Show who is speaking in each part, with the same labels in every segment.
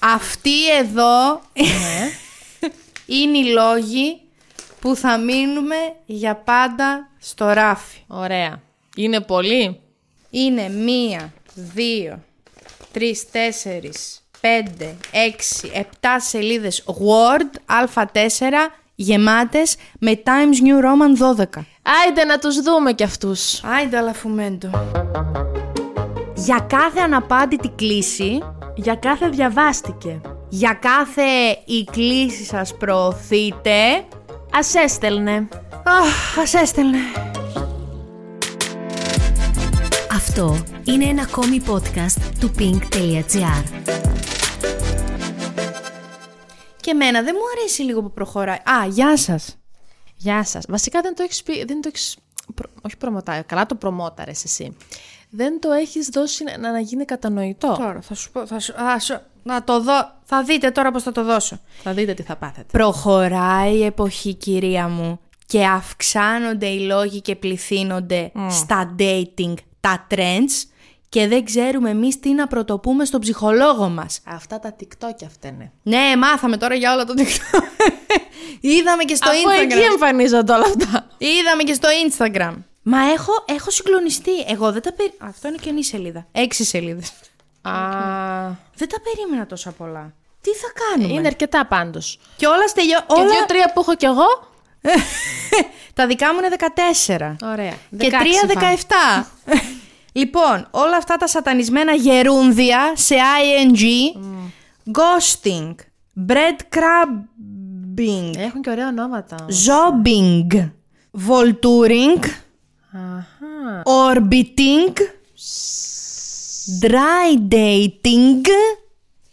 Speaker 1: Αυτοί εδώ είναι οι λόγοι που θα μείνουμε για πάντα στο ράφι.
Speaker 2: Ωραία. Είναι πολύ.
Speaker 1: Είναι μία, δύο, τρεις, τέσσερις, πέντε, έξι, επτά σελίδες Word α4 γεμάτες με Times New Roman 12.
Speaker 2: Άιντε να τους δούμε κι αυτούς.
Speaker 1: Άιντα λαφουμέντο. Για κάθε αναπάντητη κλίση,
Speaker 3: Για κάθε διαβάστηκε.
Speaker 1: για κάθε η κλίση σας προωθείτε...
Speaker 2: Ας έστελνε.
Speaker 1: Αχ, ας έστελνε.
Speaker 4: Αυτό είναι ένα ακόμη podcast του pink.gr.
Speaker 1: Και εμένα δεν μου αρέσει λίγο που προχωράει. Α, γεια σας.
Speaker 2: Γεια σας. Βασικά δεν το έχεις πει, δεν το έχεις, προ- όχι προμοτάρει, καλά το προμόταρες εσύ. Δεν το έχεις δώσει να, να γίνει κατανοητό.
Speaker 1: Τώρα θα σου πω, θα σου, α, σου- να το δω, θα δείτε τώρα πώς θα το δώσω.
Speaker 2: Θα δείτε τι θα πάθετε.
Speaker 1: Προχωράει η εποχή κυρία μου και αυξάνονται οι λόγοι και πληθύνονται στα dating τα trends και δεν ξέρουμε εμείς τι να πρωτοπούμε στον ψυχολόγο μας.
Speaker 2: Αυτά τα TikTok αυτά είναι.
Speaker 1: Ναι, μάθαμε τώρα για όλα το TikTok. Είδαμε και στο
Speaker 2: Από
Speaker 1: Instagram.
Speaker 2: εκεί εμφανίζονται όλα αυτά.
Speaker 1: Είδαμε και στο Instagram. Μα έχω, έχω συγκλονιστεί. Εγώ δεν τα περίμενα. Αυτό είναι καινή σελίδα. Έξι σελίδες.
Speaker 2: Α,
Speaker 1: Δεν τα περίμενα τόσα πολλά. Τι θα κάνουμε.
Speaker 2: είναι αρκετά πάντως.
Speaker 1: Και όλα στελειώ.
Speaker 2: Και
Speaker 1: Όλα...
Speaker 2: δύο-τρία που έχω κι εγώ.
Speaker 1: τα δικά μου είναι 14.
Speaker 2: Ωραία.
Speaker 1: Και
Speaker 2: 16 φάμε.
Speaker 1: 3-17. λοιπόν, όλα αυτά τα σατανισμένα γερούνδια σε ing, Mm. ghosting, breadcrumbing,
Speaker 2: Έχουν και ωραία ονόματα.
Speaker 1: jobbing, volturing,
Speaker 2: Αχα.
Speaker 1: orbiting, dry dating,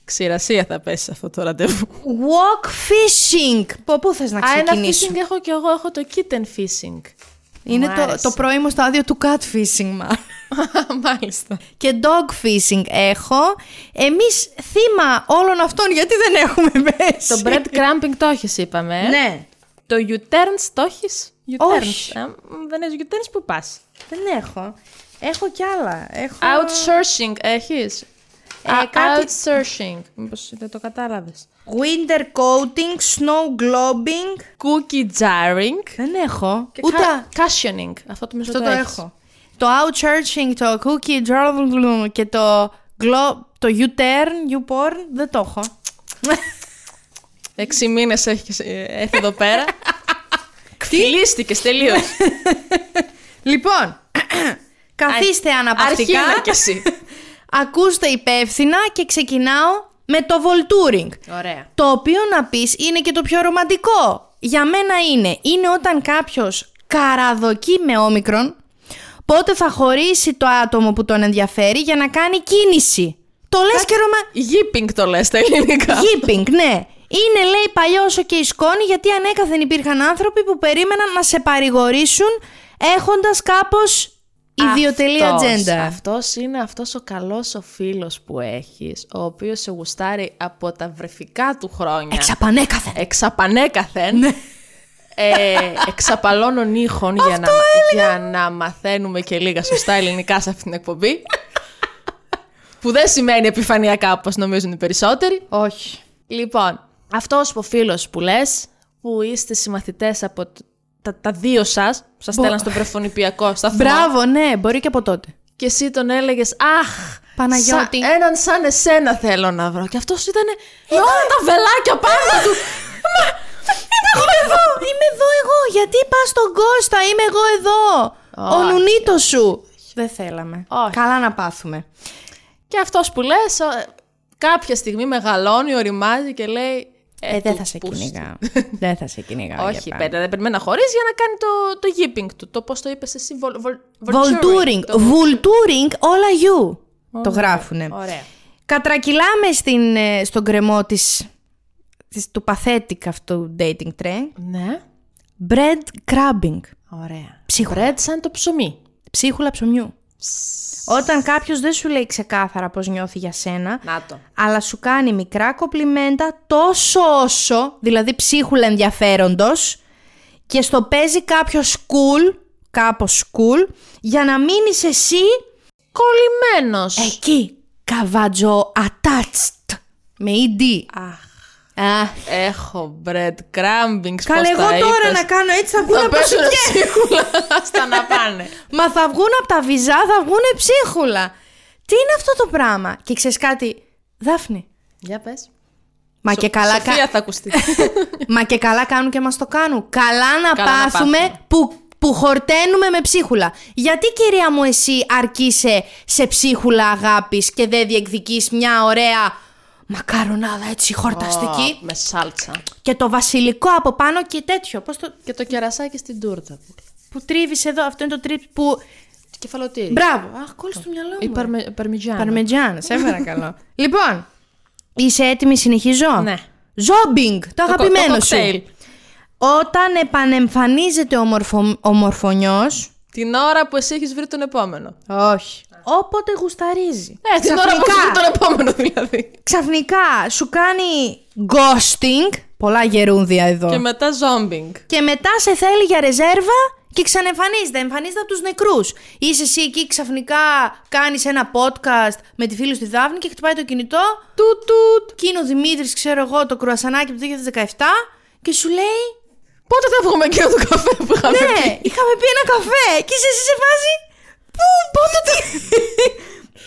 Speaker 2: Ξηρασία θα πέσει σε αυτό το ραντεβού.
Speaker 1: walk fishing. Πω, πού θες να
Speaker 2: Α, ένα
Speaker 1: ξεκινήσω.
Speaker 2: fishing έχω κι εγώ. Έχω το kitten fishing.
Speaker 1: Είναι
Speaker 2: Μου
Speaker 1: το,
Speaker 2: άρεσε.
Speaker 1: το πρώιμο στάδιο του catfishing, μάλλον.
Speaker 2: Μάλιστα.
Speaker 1: και dog fishing έχω. Εμείς θύμα όλων αυτών γιατί δεν έχουμε πέσει.
Speaker 2: Το bread cramping το έχεις, είπαμε. ε.
Speaker 1: Ναι.
Speaker 2: Το U-turns το έχεις.
Speaker 1: Όχι.
Speaker 2: Δεν έχει U-turns, πού πας.
Speaker 1: Δεν έχω. Έχω κι άλλα. Έχω...
Speaker 2: Outsourcing έχεις.
Speaker 1: Ε, κάτι-
Speaker 2: Outsourcing. Μήπως δεν το κατάλαβες.
Speaker 1: Winter coating, snow globing.
Speaker 2: Cookie jarring.
Speaker 1: Δεν έχω.
Speaker 2: και
Speaker 1: Ούτε
Speaker 2: ca- Cushioning. Αυτό το μισό
Speaker 1: αυτό το
Speaker 2: έχεις.
Speaker 1: έχω. Το outsearching, το cookie drawing και το glow, το U-turn, U-porn δεν το έχω.
Speaker 2: Έξι μήνες έχεις έρθει εδώ πέρα. Κφυλίστηκε τελείως.
Speaker 1: λοιπόν, καθίστε αναπαυτικά.
Speaker 2: Αρχίνα κι εσύ.
Speaker 1: Ακούστε υπεύθυνα και ξεκινάω με το voltouring.
Speaker 2: Ωραία.
Speaker 1: Το οποίο να πεις είναι και το πιο ρομαντικό. Για μένα είναι. Είναι όταν κάποιος καραδοκεί με όμικρον, πότε θα χωρίσει το άτομο που τον ενδιαφέρει για να κάνει κίνηση. Το λες και ρωμα...
Speaker 2: Γίπινγκ το λες στα ελληνικά.
Speaker 1: Γίπινγκ, ναι. Είναι λέει παλιό όσο και η σκόνη γιατί ανέκαθεν υπήρχαν άνθρωποι που περίμεναν να σε παρηγορήσουν έχοντας κάπως ιδιωτελή ατζέντα.
Speaker 2: Αυτός είναι αυτός ο καλός ο φίλος που έχεις, ο οποίος σε γουστάρει από τα βρεφικά του χρόνια.
Speaker 1: Εξαπανέκαθεν.
Speaker 2: Ε, Εξαπανέκαθεν.
Speaker 1: Ναι.
Speaker 2: Ε, εξαπαλώνων ήχων για, να, για να μαθαίνουμε και λίγα σωστά ελληνικά σε αυτήν την εκπομπή. που δεν σημαίνει επιφανειακά όπως νομίζουν οι περισσότεροι.
Speaker 1: Όχι.
Speaker 2: Λοιπόν, αυτός ο φίλος που λες, που είστε συμμαθητές από τ- τα, τα δύο σας, που σας στέλναν στον πρεφωνηπιακό σταθμό.
Speaker 1: Μπράβο, ναι, μπορεί και από τότε.
Speaker 2: Και εσύ τον έλεγες, Αχ,
Speaker 1: Παναγιώτη».
Speaker 2: σαν- έναν σαν εσένα θέλω να βρω. Και αυτός ήταν με όλα τα βελάκια πάνω του.
Speaker 1: Είμαι εδώ! Είμαι εδώ εγώ! Γιατί πας στον Κώστα, είμαι εγώ εδώ! Ο
Speaker 2: Όχι.
Speaker 1: νουνίτος σου! Δεν θέλαμε.
Speaker 2: Όχι.
Speaker 1: Καλά να πάθουμε.
Speaker 2: και αυτός που λες, κάποια στιγμή μεγαλώνει, οριμάζει και λέει.
Speaker 1: Ε, δεν
Speaker 2: του
Speaker 1: θα σε
Speaker 2: πούστη».
Speaker 1: κυνηγάω. δεν θα σε κυνηγάω.
Speaker 2: Όχι, πέντε, δεν περιμένει να χωρίσει για να κάνει το, το yipping του. Το πώς το είπες εσύ, βολ, βολ,
Speaker 1: Βολτούρινγκ.
Speaker 2: το-
Speaker 1: Βουλτούρινγκ όλα you. Το γράφουνε.
Speaker 2: Ωραία.
Speaker 1: Κατρακυλάμε στην, ε, στον κρεμό της, της, του pathetic αυτού dating trend.
Speaker 2: Ναι,
Speaker 1: Bread crabbing.
Speaker 2: ωραία.
Speaker 1: Ψίχουλα.
Speaker 2: Bread σαν το ψωμί.
Speaker 1: Ψίχουλα ψωμιού. Όταν κάποιος δεν σου λέει ξεκάθαρα πώς νιώθει για σένα,
Speaker 2: Να το.
Speaker 1: αλλά σου κάνει μικρά κοπλιμέντα τόσο όσο, δηλαδή ψίχουλα ενδιαφέροντος και στο παίζει κάποιο cool, κάπως cool, για να μείνεις εσύ
Speaker 2: Κολλημένος.
Speaker 1: Ε. εκεί, καβάτζο attached. Με E ED.
Speaker 2: Αχ.
Speaker 1: Αχ.
Speaker 2: Έχω bread crumbing
Speaker 1: Καλέ, εγώ τώρα να κάνω έτσι θα βγουν
Speaker 2: Θα
Speaker 1: από
Speaker 2: πέσουν
Speaker 1: ψυχέ.
Speaker 2: σίγουρα. Άστα να πάνε.
Speaker 1: Μα θα βγουν από τα βυζά, θα βγουν ψίχουλα. Τι είναι αυτό το πράγμα. Και ξέρεις κάτι, Δάφνη.
Speaker 2: Για πες.
Speaker 1: Μα, και καλά, κα-
Speaker 2: Σοφία θα ακουστεί.
Speaker 1: μα και καλά κάνουν και μας το κάνουν. Καλά να
Speaker 2: Καλά να
Speaker 1: πάθουμε
Speaker 2: πάθουμε.
Speaker 1: που, που χορταίνουμε με ψίχουλα. Γιατί κυρία μου εσύ αρκείσαι σε ψίχουλα αγάπης και δεν διεκδικείς μια ωραία μακαρονάδα έτσι χορταστική
Speaker 2: Ω, Με σάλτσα.
Speaker 1: και το βασιλικό από πάνω και τέτοιο. Πώς το...
Speaker 2: Και το κερασάκι στην τούρτα.
Speaker 1: που τρίβεις εδώ, αυτό είναι το τρίπ που...
Speaker 2: Κεφαλοτήρι.
Speaker 1: Μπράβο, αχ, κόλλησε το μυαλό μου.
Speaker 2: Ή παρμε- παρμιτζάνο.
Speaker 1: Παρμετζάν, σε ε, παρακαλώ. λοιπόν, είσαι έτοιμη, συνεχίζω.
Speaker 2: Ναι.
Speaker 1: Ζόμπινγκ, το
Speaker 2: Το κο- το
Speaker 1: αγαπημένο σου.
Speaker 2: κοκτέιλ.
Speaker 1: Όταν επανεμφανίζεται ο, μορφο... ο μορφωνιός,
Speaker 2: Την ώρα που εσύ έχεις βρει τον επόμενο.
Speaker 1: Όχι. Όποτε γουσταρίζει.
Speaker 2: Ε, την ώρα που έχεις βρει τον επόμενο δηλαδή.
Speaker 1: ξαφνικά σου κάνει ghosting. Πολλά γερούντια εδώ.
Speaker 2: Και
Speaker 1: Και,
Speaker 2: μετά ζόμπινγκ.
Speaker 1: μετά σε θέλει για ρεζέρβα και ξανεμφανίζεται. Εμφανίζεται από τους νεκρούς. Είσαι εσύ εκεί ξαφνικά κάνεις ένα podcast με τη φίλη σου τη Δάφνη και χτυπάει το κινητό. Τουτ τουτ. Και είναι ο Δημήτρης, ξέρω εγώ, το κρουασανάκι του 2017 και σου λέει
Speaker 2: Πότε θα βγούμε εκείνο το καφέ που είχαμε
Speaker 1: Ναι,
Speaker 2: πει.
Speaker 1: είχαμε πει ένα καφέ και είσαι εσύ σε φάση. Πού, πότε το.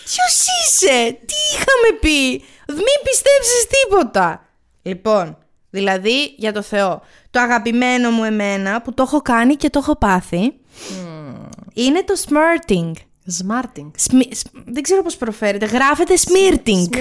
Speaker 1: Ποιος είσαι, τι είχαμε πει. Μην πιστέψεις τίποτα. Λοιπόν, δηλαδή για το Θεό. Το αγαπημένο μου εμένα που το έχω κάνει και το έχω πάθει είναι το smirting.
Speaker 2: Σμάρτινγκ.
Speaker 1: Σμι- σ- δεν ξέρω πώς προφέρεται. Γράφεται smirting.
Speaker 2: Σμιρτινγκ.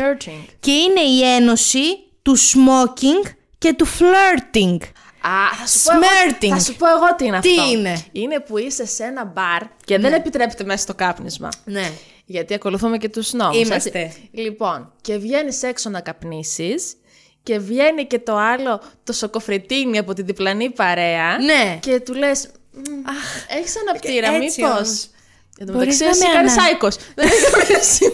Speaker 1: Και είναι η ένωση του smoking και του flirting.
Speaker 2: Α, θα σου, πω εγώ,
Speaker 1: Smirting.
Speaker 2: θα σου πω εγώ τι είναι
Speaker 1: Τι
Speaker 2: αυτό.
Speaker 1: είναι?
Speaker 2: Είναι που είσαι σε ένα μπαρ και δεν επιτρέπεται μέσα στο κάπνισμα.
Speaker 1: Ναι.
Speaker 2: Γιατί ακολουθούμε και τους νόμους.
Speaker 1: Είμαστε.
Speaker 2: έτσι. Λοιπόν, και βγαίνεις έξω να καπνίσεις και βγαίνει και το άλλο το σοκοφρετίνι από την διπλανή παρέα.
Speaker 1: Ναι.
Speaker 2: Και του λες, «Μμ, έχεις αναπτήρα,
Speaker 1: έτσι όμως.
Speaker 2: μήπως. Εν τω μεταξύ,
Speaker 1: Μπορείς να
Speaker 2: εσύ
Speaker 1: με
Speaker 2: κάνεις
Speaker 1: ανα-
Speaker 2: άικος. Δεν έχεις καμία σημασία.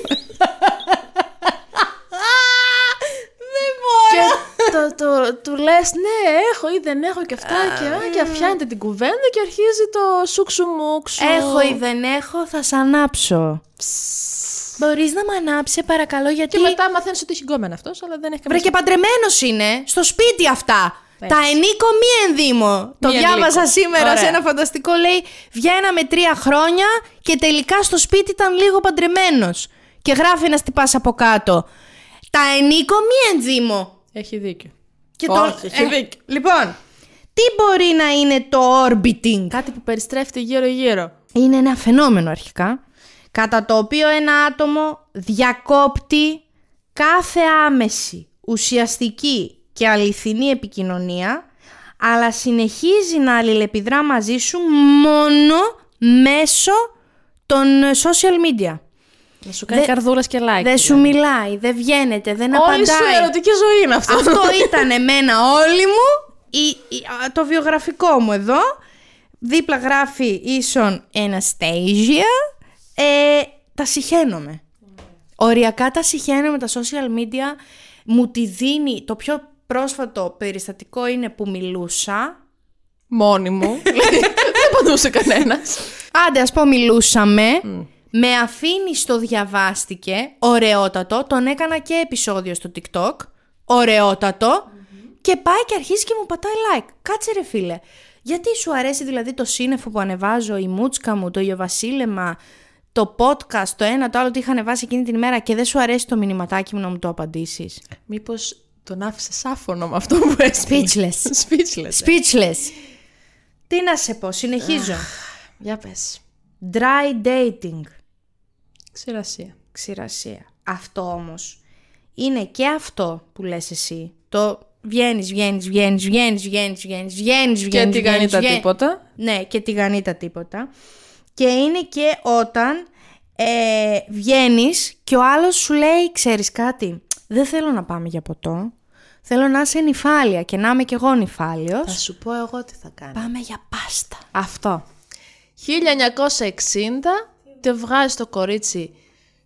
Speaker 1: Δεν μπορώ.
Speaker 2: Και το, το, του λε, ναι, έχω ή δεν έχω και αυτά. και, α, και αφιάνεται την κουβέντα και αρχίζει το σούξου μουξου.
Speaker 1: Έχω ή δεν έχω, θα σ' ανάψω. Μπορείς να με ανάψει, παρακαλώ, γιατί.
Speaker 2: Και μετά μαθαίνει ότι έχει γκόμενα αυτό, αλλά δεν έχει
Speaker 1: Βρε
Speaker 2: καμία
Speaker 1: και παντρεμένο είναι. Στο σπίτι αυτά.
Speaker 2: Έτσι.
Speaker 1: Τα ενίκο μη ενδύμω. Το
Speaker 2: Μη
Speaker 1: διάβαζα
Speaker 2: ενδύκο.
Speaker 1: σήμερα σε
Speaker 2: Ωραία.
Speaker 1: ένα φανταστικό. Λέει βγαίναμε τρία χρόνια και τελικά στο σπίτι ήταν λίγο παντρεμένο. Και γράφει να τυπά από κάτω. Τα ενίκο μη ενδύμω.
Speaker 2: Έχει δίκιο.
Speaker 1: Και
Speaker 2: Όχι, έχει δίκιο.
Speaker 1: λοιπόν, τι μπορεί να είναι το orbiting.
Speaker 2: Κάτι που περιστρέφεται γύρω-γύρω.
Speaker 1: είναι ένα φαινόμενο αρχικά, κατά το οποίο ένα άτομο διακόπτει κάθε άμεση, ουσιαστική και αληθινή επικοινωνία, αλλά συνεχίζει να αλληλεπιδρά μαζί σου μόνο μέσω των ε, social media.
Speaker 2: Να σου κάνει καρδούλα και like.
Speaker 1: Δεν σου μιλάει, δεν βγαίνεται, δεν
Speaker 2: Όλη σου
Speaker 1: απαντάει.
Speaker 2: ερωτική ζωή είναι αυτό.
Speaker 1: Αυτό ήταν εμένα όλη μου, η, η- α, το βιογραφικό μου εδώ. Δίπλα γράφει ίσον Anastasia. Ε, τα συχαίνομαι. Οριακά τα συχαίνομαι τα social media. Μου τη δίνει, το πιο πρόσφατο περιστατικό είναι που μιλούσα.
Speaker 2: Μόνη μου. Δηλαδή, δεν παντούσε κανένας.
Speaker 1: Άντε, ας πω μιλούσαμε. Με αφήνει στο διαβάστηκε, ωραιότατο, τον έκανα και επεισόδιο στο TikTok, ωραιότατο, και πάει και αρχίζει και μου πατάει like. Κάτσε ρε φίλε, γιατί σου αρέσει δηλαδή το σύννεφο που ανεβάζω, η μούτσκα μου, το ιοβασίλεμα, το podcast, το ένα, το άλλο, τι είχα ανεβάσει εκείνη την ημέρα και δεν σου αρέσει το μηνυματάκι μου να μου το απαντήσεις.
Speaker 2: Μήπως τον άφησε άφωνο με αυτό που έστειλε.
Speaker 1: Speechless.
Speaker 2: Speechless. ε.
Speaker 1: Speechless. Τι να σε πω, συνεχίζω.
Speaker 2: Για πες.
Speaker 1: Dry dating.
Speaker 2: Ξηρασία.
Speaker 1: ξηρασία. Αυτό όμως είναι και αυτό που λες εσύ. Το βγαίνεις, βγαίνεις, βγαίνεις, βγαίνεις, βγαίνεις, βγαίνεις, βγαίνεις,
Speaker 2: Και
Speaker 1: βγαίνεις,
Speaker 2: τι κάνει τα
Speaker 1: βγαίνεις.
Speaker 2: τίποτα.
Speaker 1: Ναι, και τηγανή τα τίποτα. Και είναι και όταν ε, βγαίνεις και ο άλλος σου λέει, ξέρεις κάτι, δεν θέλω να πάμε για ποτό, θέλω να είσαι νυφάλια και να είμαι κι εγώ
Speaker 2: Θα
Speaker 1: νυφάλιος.
Speaker 2: σου πω εγώ τι θα κάνω.
Speaker 1: Πάμε για πάστα.
Speaker 2: Αυτό. 1960 το βγάζει το κορίτσι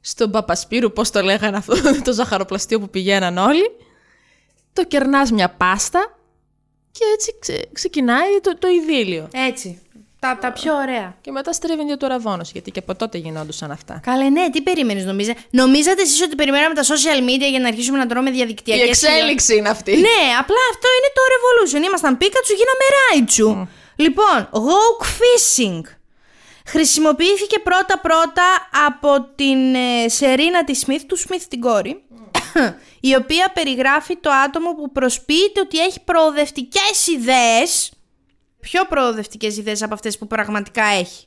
Speaker 2: στον Παπασπύρου, πώς το λέγανε αυτό, το ζαχαροπλαστείο που πηγαίναν όλοι. Το κερνάς μια πάστα και έτσι ξε- ξεκινάει το, το ειδήλιο.
Speaker 1: Έτσι. Τα, τα πιο ωραία.
Speaker 2: Και μετά στρίβει και του αραβόνο, γιατί και από τότε γινόντουσαν αυτά.
Speaker 1: Καλέ, ναι, τι περίμενε, νομίζα. Νομίζατε εσείς ότι περιμέναμε τα social media για να αρχίσουμε να τρώμε
Speaker 2: Η
Speaker 1: διαδικτυακέ
Speaker 2: εξέλιξη είναι αυτή.
Speaker 1: Ναι, απλά αυτό είναι το revolution. Ήμασταν Πίκατσου, γίναμε Ράιτσου. Λοιπόν, woke fishing. Χρησιμοποιήθηκε πρώτα-πρώτα από την ε, Σερίνα τη Σμιθ, του Σμιθ την κόρη, η οποία περιγράφει το άτομο που προσποιείται ότι έχει προοδευτικές ιδέες, πιο προοδευτικές ιδέες από αυτές που πραγματικά έχει.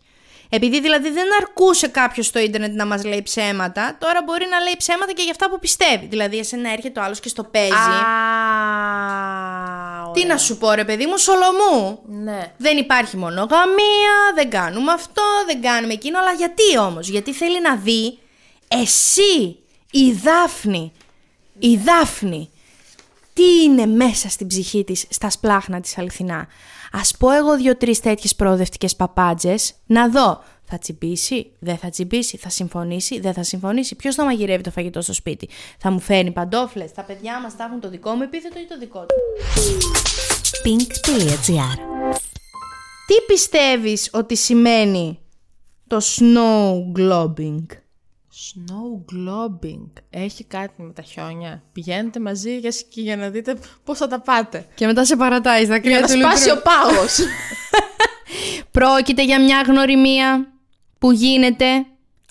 Speaker 1: Επειδή δηλαδή δεν αρκούσε κάποιος στο ίντερνετ να μας λέει ψέματα, τώρα μπορεί να λέει ψέματα και για αυτά που πιστεύει. Δηλαδή, εσένα έρχεται ο άλλος και στο παίζει.
Speaker 2: Α,
Speaker 1: Τι να σου πω ρε παιδί μου, Σολομού.
Speaker 2: Ναι.
Speaker 1: Δεν υπάρχει μονογαμία, δεν κάνουμε αυτό, δεν κάνουμε εκείνο, αλλά γιατί όμως, γιατί θέλει να δει εσύ, η Δάφνη, η Δάφνη, τι είναι μέσα στην ψυχή της, στα σπλάχνα της αληθινά. Ας πω εγώ δύο-τρεις τέτοιες προοδευτικές παπάντζες, να δω, θα τσιμπήσει, δεν θα τσιμπήσει, θα συμφωνήσει, δεν θα συμφωνήσει. Ποιος θα μαγειρεύει το φαγητό στο σπίτι, θα μου φέρνει παντόφλες, τα παιδιά μας θα έχουν το δικό μου επίθετο ή το δικό του.
Speaker 4: pink.gr
Speaker 1: Τι πιστεύεις ότι σημαίνει το snow globing?
Speaker 2: Snow globing. Έχει κάτι με τα χιόνια. Πηγαίνετε μαζί για σκι για να δείτε πώς θα τα πάτε.
Speaker 1: Και μετά σε παρατάει στα
Speaker 2: Για
Speaker 1: κρύα
Speaker 2: να σπάσει ο πάγος.
Speaker 1: Πρόκειται για μια γνωριμία που γίνεται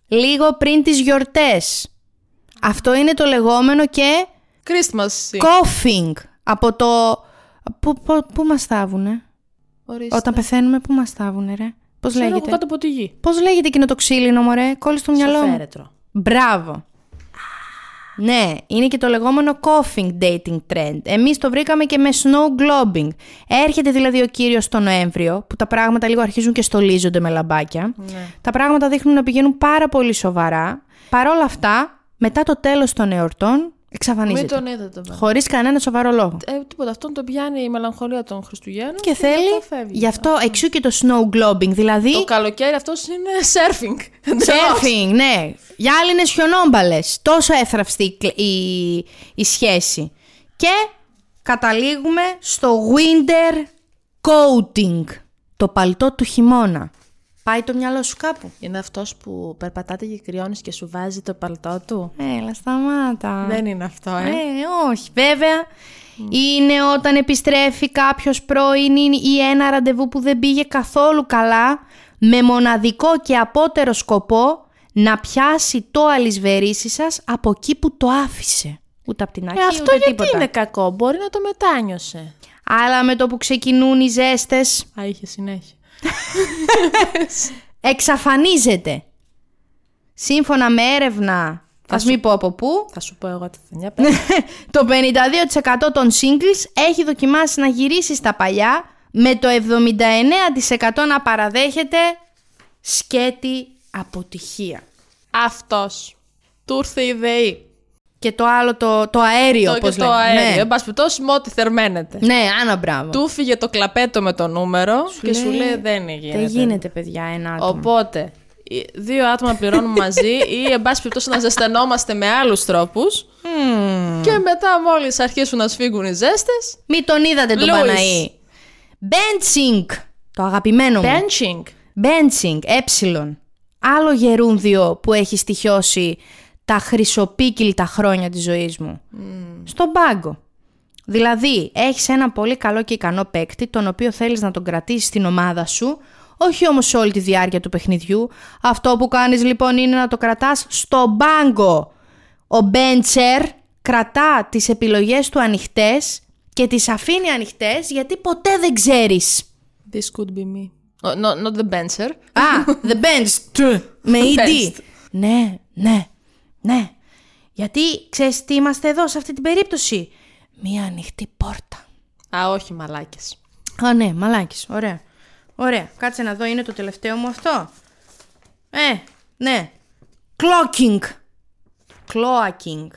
Speaker 1: λίγο πριν τις γιορτές. Αυτό είναι το λεγόμενο και
Speaker 2: Christmas.
Speaker 1: coughing από το... Πού, πού, πού μας θάβουνε?
Speaker 2: Ορίστε.
Speaker 1: Όταν πεθαίνουμε πού μας θάβουνε ρε? Πώς
Speaker 2: Ξέρω εγώ
Speaker 1: λέγεται?
Speaker 2: κάτω από τη γη.
Speaker 1: Πώς λέγεται εκείνο το ξύλινο μωρέ? Κόλλησε στο μυαλό μου.
Speaker 2: Φέρετρο.
Speaker 1: Μπράβο. Ναι, είναι και το λεγόμενο coughing dating trend. Εμείς το βρήκαμε και με snow globing. Έρχεται δηλαδή ο κύριος το Νοέμβριο, που τα πράγματα λίγο αρχίζουν και στολίζονται με λαμπάκια.
Speaker 2: Ναι.
Speaker 1: Τα πράγματα δείχνουν να πηγαίνουν πάρα πολύ σοβαρά. Παρ' όλα αυτά, μετά το τέλος των εορτών,
Speaker 2: Μην
Speaker 1: εξαφανίζεται.
Speaker 2: τον είδατε. βέβαια.
Speaker 1: Χωρίς κανένα σοβαρό λόγο.
Speaker 2: Ε, τίποτα. Αυτόν τον πιάνει η μελαγχολία των Χριστουγέννων.
Speaker 1: Και
Speaker 2: μετά
Speaker 1: θέλει,
Speaker 2: φεύγει.
Speaker 1: γι' αυτό εξού και το snow globing, δηλαδή...
Speaker 2: Το καλοκαίρι αυτός είναι surfing.
Speaker 1: Σέρφινγκ, ναι. Γυάλινε χιονόμπαλε. Τόσο έθραυστη η, κλ- η, η σχέση. Και καταλήγουμε στο winter coating. Το παλτό του χειμώνα. Πάει το μυαλό σου κάπου.
Speaker 2: Είναι αυτός που περπατάτε και κρυώνεις και σου βάζει το παλτό του.
Speaker 1: Έλα, σταμάτα.
Speaker 2: Δεν είναι αυτό, ε.
Speaker 1: Ε, όχι, βέβαια. Είναι όταν επιστρέφει κάποιος πρώην ή- ή ένα ραντεβού που δεν πήγε καθόλου καλά με μοναδικό και απότερο σκοπό να πιάσει το αλυσβερίσι σας από εκεί που το άφησε. Ούτε από την αρχή,
Speaker 2: Ε, αυτό
Speaker 1: ούτε
Speaker 2: γιατί
Speaker 1: τίποτα.
Speaker 2: είναι κακό. Μπορεί να το μετάνιωσε.
Speaker 1: Αλλά με το που ξεκινούν οι ζέστες,
Speaker 2: Α, είχε συνέχεια.
Speaker 1: εξαφανίζεται. Σύμφωνα με έρευνα, ας μην πω από πού,
Speaker 2: Θα σου πω εγώ τη φωνιά.
Speaker 1: Ναι. το 52% των singles έχει δοκιμάσει να γυρίσει στα παλιά με το 79% να παραδέχεται σκέτη αποτυχία.
Speaker 2: αυτός. Του ήρθε η ΔΕΗ.
Speaker 1: Και το άλλο το, το αέριο,
Speaker 2: Το και
Speaker 1: όπως
Speaker 2: το
Speaker 1: λέμε.
Speaker 2: αέριο.
Speaker 1: Ναι.
Speaker 2: Εν πάση περιπτώσει, με ό,τι θερμαίνεται.
Speaker 1: ναι, άνα μπράβο.
Speaker 2: Του φύγε το κλαπέτο με το νούμερο και σου λέει δεν γίνεται.
Speaker 1: Δεν γίνεται, παιδιά, ένα άτομο.
Speaker 2: Οπότε, οι δύο άτομα πληρώνουν μαζί ή εν πάση περιπτώσει να ζεσθενόμαστε με άλλους τρόπους. Και μετά, μόλις αρχίσουν να σφίγγουν οι ζέστες.
Speaker 1: Μη τον είδατε τον
Speaker 2: Λούις.
Speaker 1: Παναή. Benching, το αγαπημένο μου.
Speaker 2: Benching.
Speaker 1: Benching, ε. Άλλο γερούντιο που έχει στοιχειώσει τα χρυσοπίκυλτα χρόνια της ζωής μου. Στον πάγκο. Δηλαδή, έχεις ένα πολύ καλό και ικανό παίκτη, τον οποίο θέλεις να τον κρατήσεις στην ομάδα σου, όχι όμως σε όλη τη διάρκεια του παιχνιδιού. Αυτό που κάνεις λοιπόν είναι να το κρατάς στον πάγκο. Ο Μπέντσερ κρατά τις επιλογές του ανοιχτές και τις αφήνει ανοιχτές γιατί ποτέ δεν ξέρεις.
Speaker 2: This could be me. Oh, no, not the bencher.
Speaker 1: Α, the bench. Με ED.
Speaker 2: Benched.
Speaker 1: ναι, ναι, ναι. Γιατί ξέρεις τι είμαστε εδώ σε αυτή την περίπτωση. Μία ανοιχτή πόρτα.
Speaker 2: Α, όχι, μαλάκες.
Speaker 1: Α, ναι, μαλάκης. Ωραία. Ωραία. Κάτσε να δω, είναι το τελευταίο μου αυτό. Ε, ναι. Clocking. Cloaking.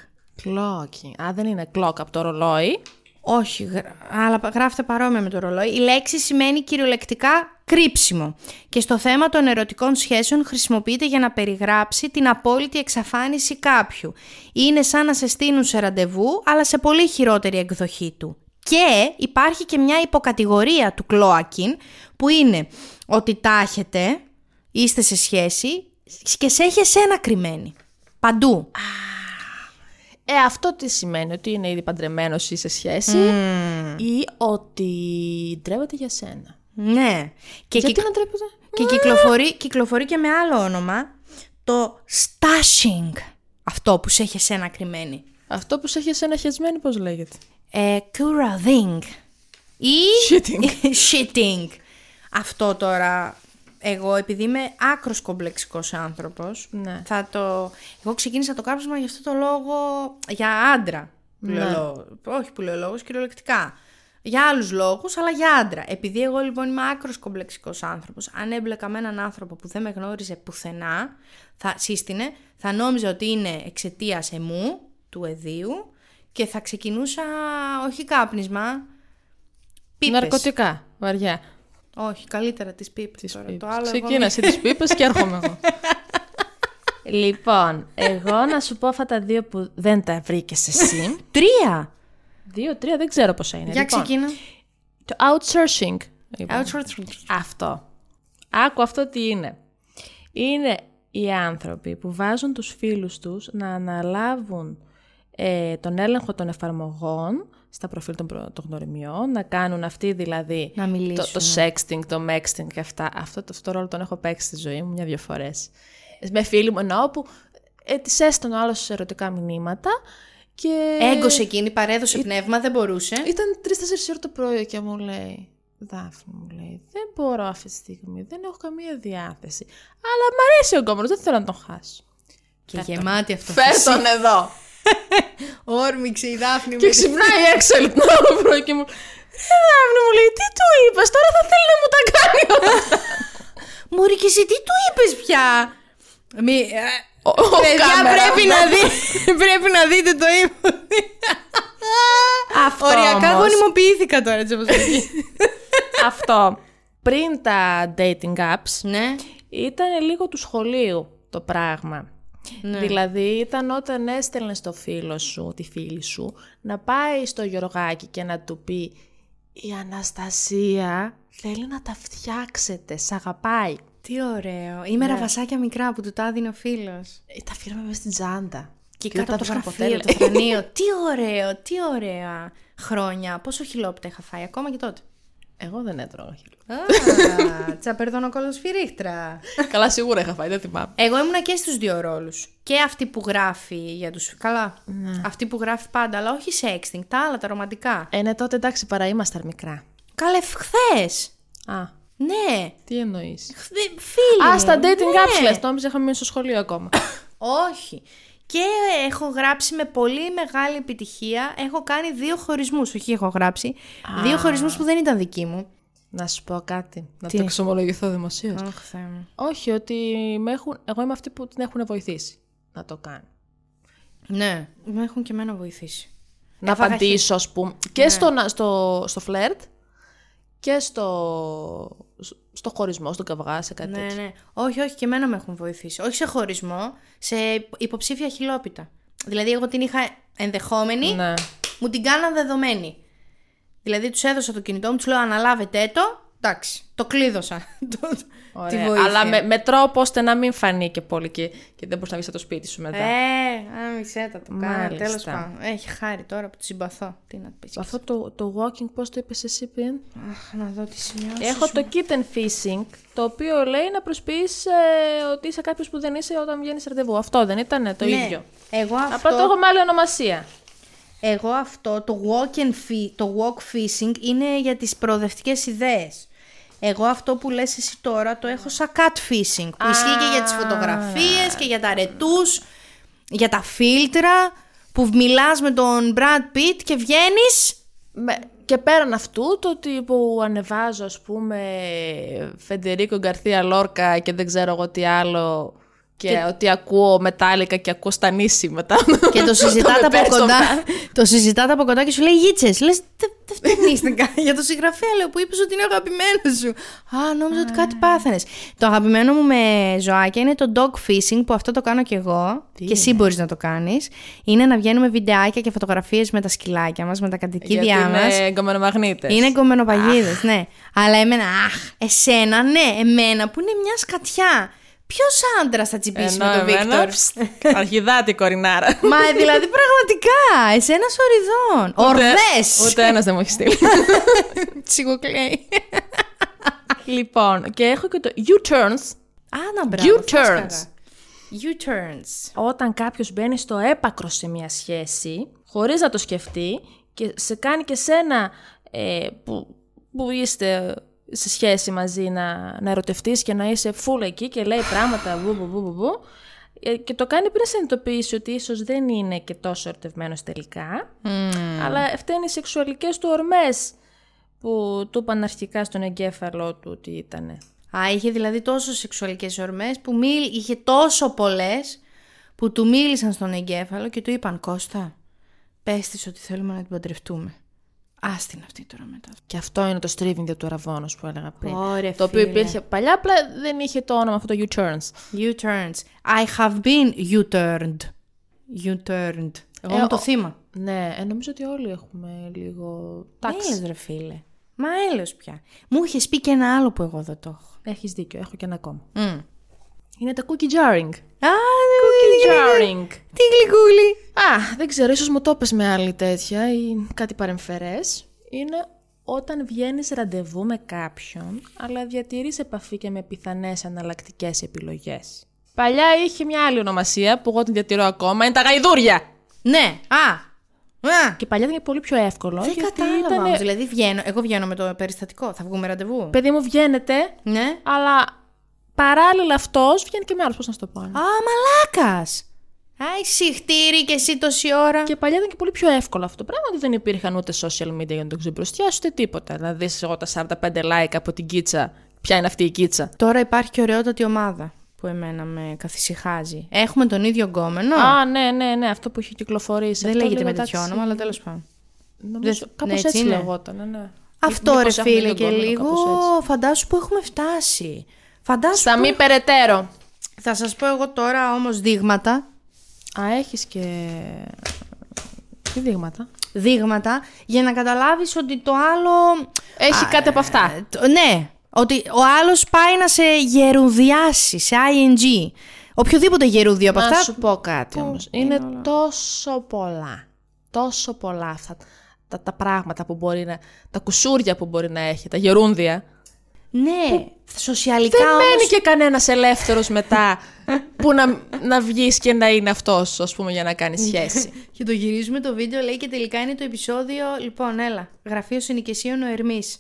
Speaker 2: Clocking. Α, δεν είναι clock από το ρολόι.
Speaker 1: Όχι, γρα- αλλά πα- γράφτε παρόμοια με το ρολόι. Η λέξη σημαίνει κυριολεκτικά κρύψιμο και στο θέμα των ερωτικών σχέσεων χρησιμοποιείται για να περιγράψει την απόλυτη εξαφάνιση κάποιου. Είναι σαν να σε στείλουν σε ραντεβού, αλλά σε πολύ χειρότερη εκδοχή του. Και υπάρχει και μια υποκατηγορία του κλόακιν που είναι ότι τάχετε, είστε σε σχέση και σε έχει εσένα κρυμμένη. Παντού.
Speaker 2: Ε, αυτό τι σημαίνει, ότι είναι ήδη παντρεμένος ή σε σχέση, ή ότι ντρέπεται για σένα.
Speaker 1: Ναι. Και,
Speaker 2: Γιατί
Speaker 1: κυκλο-
Speaker 2: να ντρέπεται.
Speaker 1: και κυκλοφορεί, κυκλοφορεί και με άλλο όνομα το stashing. Αυτό που σε έχει εσένα κρυμμένη.
Speaker 2: Αυτό που σε έχει εσένα χεσμένη, πώς λέγεται.
Speaker 1: Ε, curving. Ή...
Speaker 2: Shitting.
Speaker 1: Shitting. Αυτό τώρα, εγώ επειδή είμαι άκρος κομπλεξικός άνθρωπος,
Speaker 2: Ναι.
Speaker 1: θα το... Εγώ ξεκίνησα το κάψιμα για αυτό το λόγο, για άντρα. Λέω,
Speaker 2: Ναι.
Speaker 1: λόγο- όχι που λέω λόγος, κυριολεκτικά. Για άλλους λόγους, αλλά για άντρα. Επειδή εγώ λοιπόν είμαι άκρος κομπλεξικός άνθρωπος, αν έμπλεκα με έναν άνθρωπο που δεν με γνώριζε πουθενά, θα σύστηνε, θα νόμιζα ότι είναι εξαιτίας εμού, του εδίου, και θα ξεκινούσα όχι κάπνισμα, πίπες.
Speaker 2: Ναρκωτικά, βαριά.
Speaker 1: Όχι, καλύτερα τις πίπες τώρα. Το άλλο εγώ
Speaker 2: Ξεκίνα εσύ τις πίπες και έρχομαι εγώ.
Speaker 3: Λοιπόν, εγώ να σου πω αυτά τα δύο που δεν τα βρήκες εσύ.
Speaker 1: μην- Τρία!
Speaker 2: Δύο, τρία, δεν ξέρω πόσα είναι.
Speaker 1: Για
Speaker 2: λοιπόν.
Speaker 1: ξεκίνα.
Speaker 2: Το outsourcing. λοιπόν.
Speaker 1: Outsourcing.
Speaker 2: Αυτό. Άκου αυτό τι είναι. Είναι οι άνθρωποι που βάζουν τους φίλους τους να αναλάβουν ε, τον έλεγχο των εφαρμογών στα προφίλ των, προ- των γνωριμιών, να κάνουν αυτοί δηλαδή
Speaker 1: Να
Speaker 2: το, το
Speaker 1: μιλήσουν.
Speaker 2: sexting, το maxting και αυτά. Αυτό, το, αυτό το ρόλο τον έχω παίξει στη ζωή μου μια-δυο φορές. Ε, Με φίλοι μου εννοώ που ε, της έστωνε ο άλλος ερωτικά μηνύματα και...
Speaker 1: Έγκωσε εκείνη, παρέδωσε πνεύμα, δεν μπορούσε.
Speaker 2: Ήταν 3-4 ώρα το πρωί και μου λέει. Δάφνη μου λέει, δεν μπορώ αυτή τη στιγμή, δεν έχω καμία διάθεση. Αλλά μ' αρέσει ο κόμμα, δεν θέλω να τον χάσω.
Speaker 1: Και γεμάτη αυτό.
Speaker 2: Φέρ τον εδώ!
Speaker 1: Όρμηξε η Δάφνη
Speaker 2: και
Speaker 1: μου.
Speaker 2: ξυπνάει έξω λεπτό το πρωί και μου. Ε, Δάφνη μου λέει, τι του είπες, τώρα θα θέλει να μου τα κάνει όλα.
Speaker 1: Μωρή και εσύ τι του είπες πια. Μη... ε,
Speaker 2: Ο- ο
Speaker 1: Παιδιά
Speaker 2: κάμερα,
Speaker 1: πρέπει
Speaker 2: βέβαια.
Speaker 1: να, δει- πρέπει να δείτε το ύφο.
Speaker 2: Αυτό
Speaker 1: Οριακά
Speaker 2: όμως.
Speaker 1: γονιμοποιήθηκα τώρα έτσι όπως πήγε.
Speaker 2: Αυτό. Πριν τα dating apps,
Speaker 1: Ναι.
Speaker 2: ήταν λίγο του σχολείου το πράγμα. Δηλαδή ήταν όταν έστελνες το φίλο σου, τη φίλη σου, να πάει στο Γιωργάκη και να του πει «Η Αναστασία θέλει να τα φτιάξετε, σ' αγαπάει».
Speaker 1: Τι ωραίο. Είμαι
Speaker 2: Ναι.
Speaker 1: ραβασάκια μικρά που του τα έδινε ο φίλος.
Speaker 2: Ε, Τα φύραμε μέσα στην τσάντα.
Speaker 1: Και
Speaker 2: δεν
Speaker 1: κάτω
Speaker 2: τα
Speaker 1: από το
Speaker 2: βρήκαν
Speaker 1: γραφείο, δηλαδή. το
Speaker 2: ποτέ.
Speaker 1: φρανείο. τι ωραίο, τι ωραία χρόνια. Πόσο χιλόπιτα είχα φάει ακόμα και τότε.
Speaker 2: Εγώ δεν έτρωγα χείλη.
Speaker 1: Α, τσαπερδώνω κόλλος φυρίχτρα.
Speaker 2: Καλά, σίγουρα είχα φάει, δεν θυμάμαι.
Speaker 1: Εγώ ήμουνα και στους δύο ρόλους. Και αυτή που γράφει για τους... Καλά,
Speaker 2: Ναι.
Speaker 1: αυτή που γράφει πάντα, αλλά όχι sexting, τα άλλα, τα ρομαντικά.
Speaker 2: Ε, ναι, τότε εντάξει, παρά ήμασταν μικρά.
Speaker 1: Καλέ, χθες.
Speaker 2: Α,
Speaker 1: Ναι,
Speaker 2: τι εννοείς.
Speaker 1: χθε- φίλοι
Speaker 2: Ας,
Speaker 1: μου,
Speaker 2: στα dating apps
Speaker 1: ναι.
Speaker 2: λες, νόμιζα είχαμε μείνει στο σχολείο ακόμα.
Speaker 1: Όχι. Και έχω γράψει με πολύ μεγάλη επιτυχία. Έχω κάνει δύο χωρισμούς, όχι έχω γράψει. Δύο χωρισμούς που δεν ήταν δικοί μου.
Speaker 2: να σου πω κάτι, να το εξομολογηθώ δημοσίως.
Speaker 1: Αχ, Θεέ μου.
Speaker 2: Όχι, ότι με έχουν, εγώ είμαι αυτή που την έχουν βοηθήσει να το κάνει.
Speaker 1: Ναι. Με έχουν και εμένα βοηθήσει.
Speaker 2: Να
Speaker 1: Έφαγα Ναι.
Speaker 2: απαντήσω, ας πούμε. Και στο, να- στο, στο φλερτ και στο, στο χωρισμό, στον καβγά, σε κάτι
Speaker 1: Ναι,
Speaker 2: τέτοιο.
Speaker 1: ναι. Όχι, όχι, και εμένα με έχουν βοηθήσει. Όχι σε χωρισμό, σε υποψήφια χιλόπιτα. Δηλαδή, εγώ την είχα ενδεχόμενη,
Speaker 2: Ναι.
Speaker 1: μου την κάναν δεδομένη. Δηλαδή, τους έδωσα το κινητό μου, τους λέω αναλάβετε το. Εντάξει, το κλείδωσα. Το-
Speaker 2: Ωραία.
Speaker 1: τη βοήθεια.
Speaker 2: Αλλά με, με τρόπο ώστε να μην φανεί και πολύ και, και δεν μπορείς να βγεις από το σπίτι σου μετά.
Speaker 1: Ε, άμιξε τα το κάνω.
Speaker 2: Μάλιστα.
Speaker 1: Τέλος πάντων. Έχει χάρη τώρα που τη συμπαθώ. Τι να πεις.
Speaker 2: Αυτό το, το walking, πώς το είπες εσύ πριν.
Speaker 1: Να δω τις σημειώσεις.
Speaker 2: Έχω το kitten fishing, το οποίο λέει να προσποιείς ε, ότι είσαι κάποιος που δεν είσαι όταν βγαίνεις ραντεβού. Αυτό δεν ήταν το ίδιο.
Speaker 1: Ναι, Εγώ αυτό...
Speaker 2: Απλά το έχω με άλλη ονομασία.
Speaker 1: Εγώ αυτό, το walk, and fi- το walk fishing είναι για τις προοδευτικές ιδέες. Εγώ αυτό που λες εσύ τώρα το έχω σαν cat fishing, που ισχύει και για τις φωτογραφίες και για τα ρετούς, για τα φίλτρα, που μιλάς με τον Brad Pitt και βγαίνεις...
Speaker 2: Με- Και πέραν αυτού, το ότι που ανεβάζω, ας πούμε, Φεντερίκο Γκαρθία Λόρκα και δεν ξέρω εγώ τι άλλο και, ότι ακούω μετάλλικα και ακούω στανίση μετά.
Speaker 1: Και το συζητάτε από
Speaker 2: Τον
Speaker 1: κοντά.
Speaker 2: επέστρωμα.
Speaker 1: το συζητάτε από κοντά και σου λέει γίτσες. Λες, «Δε- δε- Θυμήθηκα για το συγγραφέα, λέω, που είπες ότι είναι ο αγαπημένος σου. Α, νόμιζα ότι κάτι πάθανε. Το αγαπημένο μου με ζωάκια είναι το dog fishing, που αυτό το κάνω κι εγώ. και εσύ μπορείς να το κάνεις. Είναι να βγαίνουμε βιντεάκια και φωτογραφίες με τα σκυλάκια μας, με τα κατοικίδια μα.
Speaker 2: είναι εγκομμενομαγνήτες.
Speaker 1: Είναι κομμενοπαγίδε, ναι. Αλλά εμένα, αχ, εσένα, ναι, εμένα που είναι μια σκατιά. Ποιος άντρας θα τσιμπήσει
Speaker 2: Ενώ
Speaker 1: με τον
Speaker 2: εμένα,
Speaker 1: Βίκτορ.
Speaker 2: ψ, Αρχιδάτη κορινάρα.
Speaker 1: Μα δηλαδή πραγματικά, εσένας οριδών. Ορδές!
Speaker 2: Ούτε ένας δεν μου έχει στείλει.
Speaker 1: Τσιγουκλέι.
Speaker 2: λοιπόν, και έχω και το U-turns.
Speaker 1: Α, να μπράβο.
Speaker 2: U-turns.
Speaker 1: U-turns.
Speaker 3: Όταν κάποιος μπαίνει στο έπακρο σε μια σχέση, χωρίς να το σκεφτεί και σε κάνει και σένα ε, που, που είστε σε σχέση μαζί να, να ερωτευτείς και να είσαι full εκεί και λέει πράγματα βου, βου, βου, βου, βου, ε, και το κάνει πριν συνειδητοποιήσει ότι ίσως δεν είναι και τόσο ερωτευμένος τελικά αλλά φταίνει οι σεξουαλικές του ορμές που του είπαν αρχικά στον εγκέφαλό του ότι ήτανε
Speaker 1: Α, είχε δηλαδή τόσο σεξουαλικές ορμές που μίλ, είχε τόσο πολλές που του μίλησαν στον εγκέφαλο και του είπαν Κώστα, πες της ότι θέλουμε να την παντρευτούμε. Άς την αυτή τώρα μετά.
Speaker 2: Και αυτό είναι το στρίβινγκ του αραβόνος που έλεγα πριν.
Speaker 1: Ωραία,
Speaker 2: το οποίο
Speaker 1: φίλε.
Speaker 2: υπήρχε παλιά, απλά δεν είχε το όνομα αυτό το U-turns.
Speaker 1: U-turns. I have been U-turned. U-turned. Εγώ
Speaker 2: Ε,
Speaker 1: είμαι το
Speaker 2: ο-
Speaker 1: θύμα.
Speaker 2: Ναι, ε, νομίζω ότι όλοι έχουμε λίγο.
Speaker 1: Έλεος ρε φίλε. Μα έλεος πια. Μου είχες πει και ένα άλλο που εγώ δεν το έχω.
Speaker 3: Έχεις δίκιο, έχω και ένα ακόμα.
Speaker 2: Είναι τα cookie jarring.
Speaker 1: Α, ναι,
Speaker 2: Cookie
Speaker 1: δεν
Speaker 2: jarring.
Speaker 1: Τι γλυκούλη.
Speaker 2: Α, δεν ξέρω, ίσως μου το πες με άλλη τέτοια ή κάτι παρεμφερές.
Speaker 3: είναι όταν βγαίνεις ραντεβού με κάποιον, αλλά διατηρείς επαφή και με πιθανές αναλλακτικές επιλογές.
Speaker 2: Παλιά είχε μια άλλη ονομασία που εγώ την διατηρώ ακόμα, είναι τα γαϊδούρια.
Speaker 1: Ναι, α. Α.
Speaker 3: Και παλιά ήταν πολύ πιο εύκολο.
Speaker 1: Δεν
Speaker 3: γιατί
Speaker 1: κατάλαβα
Speaker 3: ήτανε,
Speaker 1: όμως. Δηλαδή βγαίνω, εγώ βγαίνω με το περιστατικό. Θα βγούμε ραντεβού.
Speaker 3: Παιδί μου βγαίνετε,
Speaker 1: Ναι.
Speaker 3: αλλά παράλληλα αυτός βγαίνει και με άλλους, πώς να σου το πω.
Speaker 2: ναι.
Speaker 1: Α, μαλάκας. Α, εσύ χτύρι και εσύ τόση ώρα.
Speaker 3: Και παλιά ήταν και πολύ πιο εύκολο αυτό το πράγμα.
Speaker 2: Πράγματι δεν υπήρχαν ούτε social media για να το ξεμπροστιάσει ούτε τίποτα. Δηλαδή, εγώ τα 45 like από την κίτσα. Ποια είναι αυτή η κίτσα.
Speaker 1: Τώρα υπάρχει και ωραιότατη ομάδα που εμένα με καθησυχάζει. Έχουμε τον ίδιο γκόμενο.
Speaker 2: Α, ναι, ναι, ναι, αυτό που είχε κυκλοφορήσει.
Speaker 1: δεν
Speaker 2: Αυτό
Speaker 1: λέγεται
Speaker 2: λίγο
Speaker 1: με
Speaker 2: τα
Speaker 1: τέτοιο
Speaker 2: ξύ-
Speaker 1: όνομα, αλλά τέλος πάντων.
Speaker 2: Νομίζω,
Speaker 1: Δεν-
Speaker 2: κάπως
Speaker 1: ναι, έτσι
Speaker 2: έτσι,
Speaker 1: είναι.
Speaker 2: λεγόταν, ναι.
Speaker 1: Αυτό
Speaker 2: Μήπως
Speaker 1: ρε
Speaker 2: έχουμε
Speaker 1: φίλε
Speaker 2: λίγο
Speaker 1: και
Speaker 2: γκόμενο,
Speaker 1: λίγο.
Speaker 2: κάπως έτσι.
Speaker 1: Φαντάσου που έχουμε φτάσει. Φαντάσου.
Speaker 2: Στα μη περαιτέρω.
Speaker 1: Θα σας πω εγώ τώρα όμως δείγματα.
Speaker 2: Α, έχεις και. Τι δείγματα.
Speaker 1: Δείγματα για να καταλάβεις ότι το άλλο.
Speaker 2: Έχει κάτι από αυτά.
Speaker 1: Το- Ναι, ότι ο άλλος πάει να σε γερουδιάσει, σε ing. Οποιοδήποτε γερούδιο από
Speaker 2: Να
Speaker 1: αυτά.
Speaker 2: σου πω κάτι όμως. Είναι, τόσο πολλά. Τόσο πολλά αυτά τα, τα πράγματα που μπορεί να. τα κουσούρια που μπορεί να έχει, τα γερούντια.
Speaker 1: Ναι, σοσιαλικά
Speaker 2: Δεν
Speaker 1: όμως...
Speaker 2: μένει και κανένας ελεύθερος μετά που να, να βγεις και να είναι αυτός, ας πούμε, για να κάνεις σχέση.
Speaker 1: Και το γυρίζουμε το βίντεο, λέει και τελικά είναι το επεισόδιο. Λοιπόν, έλα. Γραφείο συνοικεσίων ο Ερμής.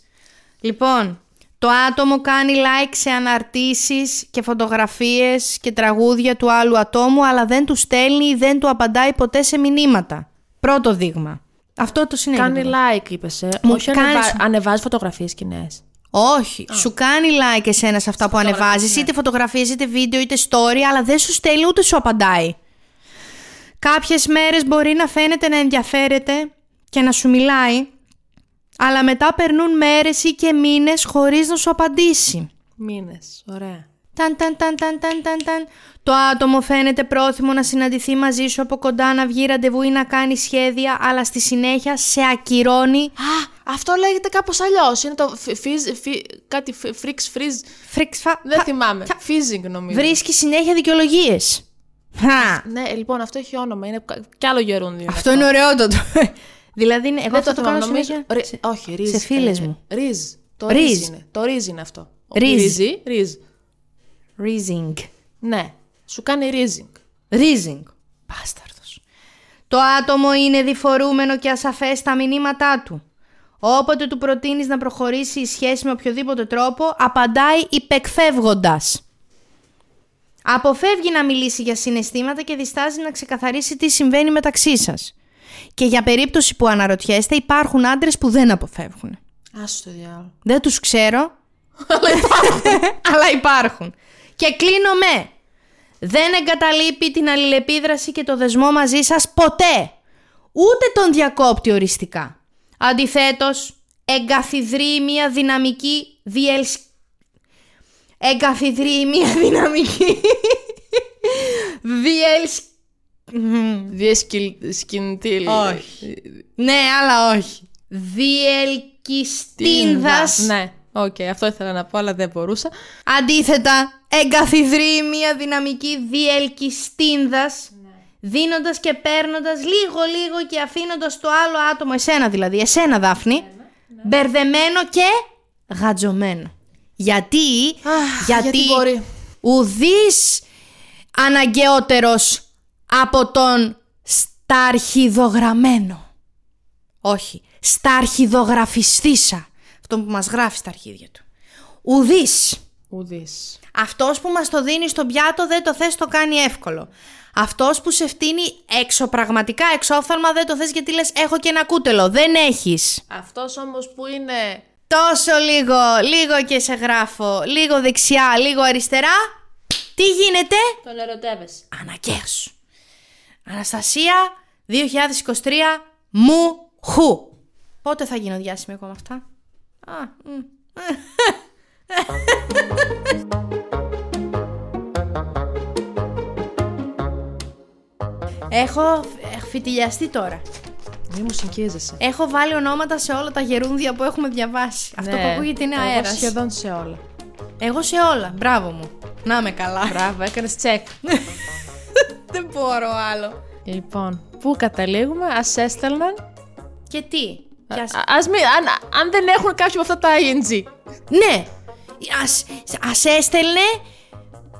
Speaker 1: Λοιπόν, το άτομο κάνει like σε αναρτήσεις και φωτογραφίες και τραγούδια του άλλου ατόμου, αλλά δεν του στέλνει ή δεν του απαντάει ποτέ σε μηνύματα. Πρώτο δείγμα. Αυτό το συνέβη.
Speaker 3: Κάνει
Speaker 1: τώρα.
Speaker 3: like, είπες. Ε.
Speaker 1: Μου
Speaker 3: Όχι,
Speaker 1: κάνεις-
Speaker 3: ανεβα... ανεβάζει φωτογραφίες κοινέ.
Speaker 1: Όχι, σου κάνει like εσένα σε αυτά που
Speaker 2: ναι.
Speaker 1: ανεβάζει, είτε φωτογραφίες, είτε βίντεο, είτε story, αλλά δεν σου στέλνει ούτε σου απαντάει. Κάποιες μέρες μπορεί να φαίνεται να ενδιαφέρεται και να σου μιλάει, αλλά μετά περνούν μέρες ή και μήνες χωρίς να σου απαντήσει.
Speaker 3: Μήνες. Ωραία.
Speaker 1: Ταν, ταν, ταν, ταν, ταν, ταν, ταν. Το άτομο φαίνεται πρόθυμο να συναντηθεί μαζί σου από κοντά, να βγει ραντεβού ή να κάνει σχέδια, αλλά στη συνέχεια σε ακυρώνει.
Speaker 2: Α, αυτό λέγεται κάπως αλλιώς. Είναι το φι- φιζ, φι- κάτι φι- φρίξ, φριζ,
Speaker 1: Φρίξφα.
Speaker 2: δεν θυμάμαι. Φίζινγκ νομίζω.
Speaker 1: Βρίσκει συνέχεια δικαιολογίες.
Speaker 2: Ναι, λοιπόν, αυτό έχει όνομα. Είναι κα- κι άλλο γερούντιο.
Speaker 1: Αυτό είναι ωραιότατο. δηλαδή, είναι, εγώ
Speaker 2: Δεν
Speaker 1: αυτό το κάνω
Speaker 2: θυμάμαι,
Speaker 1: συνέχεια.
Speaker 2: Ρι- όχι, ρίζ.
Speaker 1: σε φίλες
Speaker 2: ε,
Speaker 1: μου.
Speaker 2: Ρίζ. Το
Speaker 1: Ρίζ.
Speaker 2: ρίζ είναι. Το ρίζ είναι αυτό.
Speaker 1: Ρίζ.
Speaker 2: Ρίζι, ρίζ.
Speaker 1: Reasoning.
Speaker 2: Ναι. Σου κάνει ρίζινγκ.
Speaker 1: Reasoning. Μπάσταρδος. Το άτομο είναι διφορούμενο και ασαφές στα μηνύματά του. Όποτε του προτείνεις να προχωρήσει η σχέση με οποιοδήποτε τρόπο, απαντάει υπεκφεύγοντας. Αποφεύγει να μιλήσει για συναισθήματα και διστάζει να ξεκαθαρίσει τι συμβαίνει μεταξύ σας. Και για περίπτωση που αναρωτιέστε, υπάρχουν άντρες που δεν αποφεύγουν.
Speaker 2: Άσου το διάλογο.
Speaker 1: Δεν τους ξέρω. Αλλά υπάρχουν. Και κλείνω με. Δεν εγκαταλείπει την αλληλεπίδραση και το δεσμό μαζί σας ποτέ. Ούτε τον διακόπτει οριστικά. Αντιθέτως, εγκαθιδρεί μια δυναμική διελσ... Εγκαθιδρεί μια δυναμική διελσ...
Speaker 2: Διεσκυλτήλ.
Speaker 1: Όχι. Ναι, αλλά όχι. Διελκυστίνδας.
Speaker 2: Ναι, οκ, αυτό ήθελα να πω, αλλά δεν μπορούσα.
Speaker 1: Αντίθετα, εγκαθιδρεί μια δυναμική διελκυστίνδας, δίνοντας και παίρνοντας λίγο-λίγο και αφήνοντας το άλλο άτομο, εσένα δηλαδή, εσένα Δάφνη, μπερδεμένο και γατζωμένο. Γιατί, γιατί,
Speaker 2: γιατί μπορεί.
Speaker 1: ουδής αναγκαιότερος από τον σταρχιδογραμμένο. Όχι, σταρχιδογραφιστήσα, αυτόν που μας γράφει στα αρχίδια του. Ουδής.
Speaker 2: Ουδής.
Speaker 1: Αυτός που μας το δίνει στο πιάτο δεν το θες το κάνει εύκολο. Αυτός που σε φτύνει έξω πραγματικά εξόφθαλμα δεν το θες γιατί λες έχω και ένα κούτελο. Δεν έχεις.
Speaker 2: Αυτός όμως που είναι.
Speaker 1: Τόσο λίγο, λίγο και σε γράφω, λίγο δεξιά, λίγο αριστερά. Τι γίνεται?
Speaker 3: Τον ερωτεύεσαι.
Speaker 1: Αναγκαίος. Αναστασία 2023 μου χου. Πότε θα γίνω διάσημη ακόμα αυτά. Α, μ. Έχω φ- φιτιλιαστεί τώρα.
Speaker 2: Μη μου συγκίζεσαι.
Speaker 1: Έχω βάλει ονόματα σε όλα τα γερούδια που έχουμε διαβάσει. Αυτό που
Speaker 2: Ναι,
Speaker 1: ακούγεται είναι
Speaker 2: εγώ
Speaker 1: αέρας.
Speaker 2: Σχεδόν σε όλα.
Speaker 1: Εγώ σε όλα. Μπράβο μου. Να με καλά.
Speaker 2: Μπράβο, έκανες τσεκ.
Speaker 1: Δεν μπορώ άλλο.
Speaker 2: λοιπόν, πού καταλήγουμε, ας έστελναν.
Speaker 1: Και τι. Κι ας-
Speaker 2: Α- ας μην- αν, αν δεν έχουν κάποιο από αυτά τα ING.
Speaker 1: Ναι. Ας, ας έστελνε.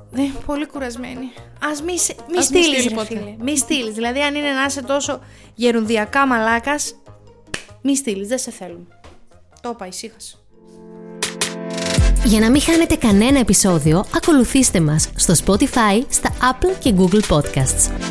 Speaker 1: Ναι, πολύ κουρασμένη. Ας μη, σε- μη
Speaker 2: Ας μη
Speaker 1: στείλεις,
Speaker 2: στείλεις
Speaker 1: ρε
Speaker 2: ποτέ.
Speaker 1: φίλε. Μη στείλεις. Δηλαδή, αν είναι να είσαι τόσο γερουδιακά μαλάκας, μη στείλεις. Δεν σε θέλουμε. Το είπα, ησύχασα.
Speaker 4: Για να μην χάνετε κανένα επεισόδιο, ακολουθήστε μας στο Spotify, στα Apple και Google Podcasts.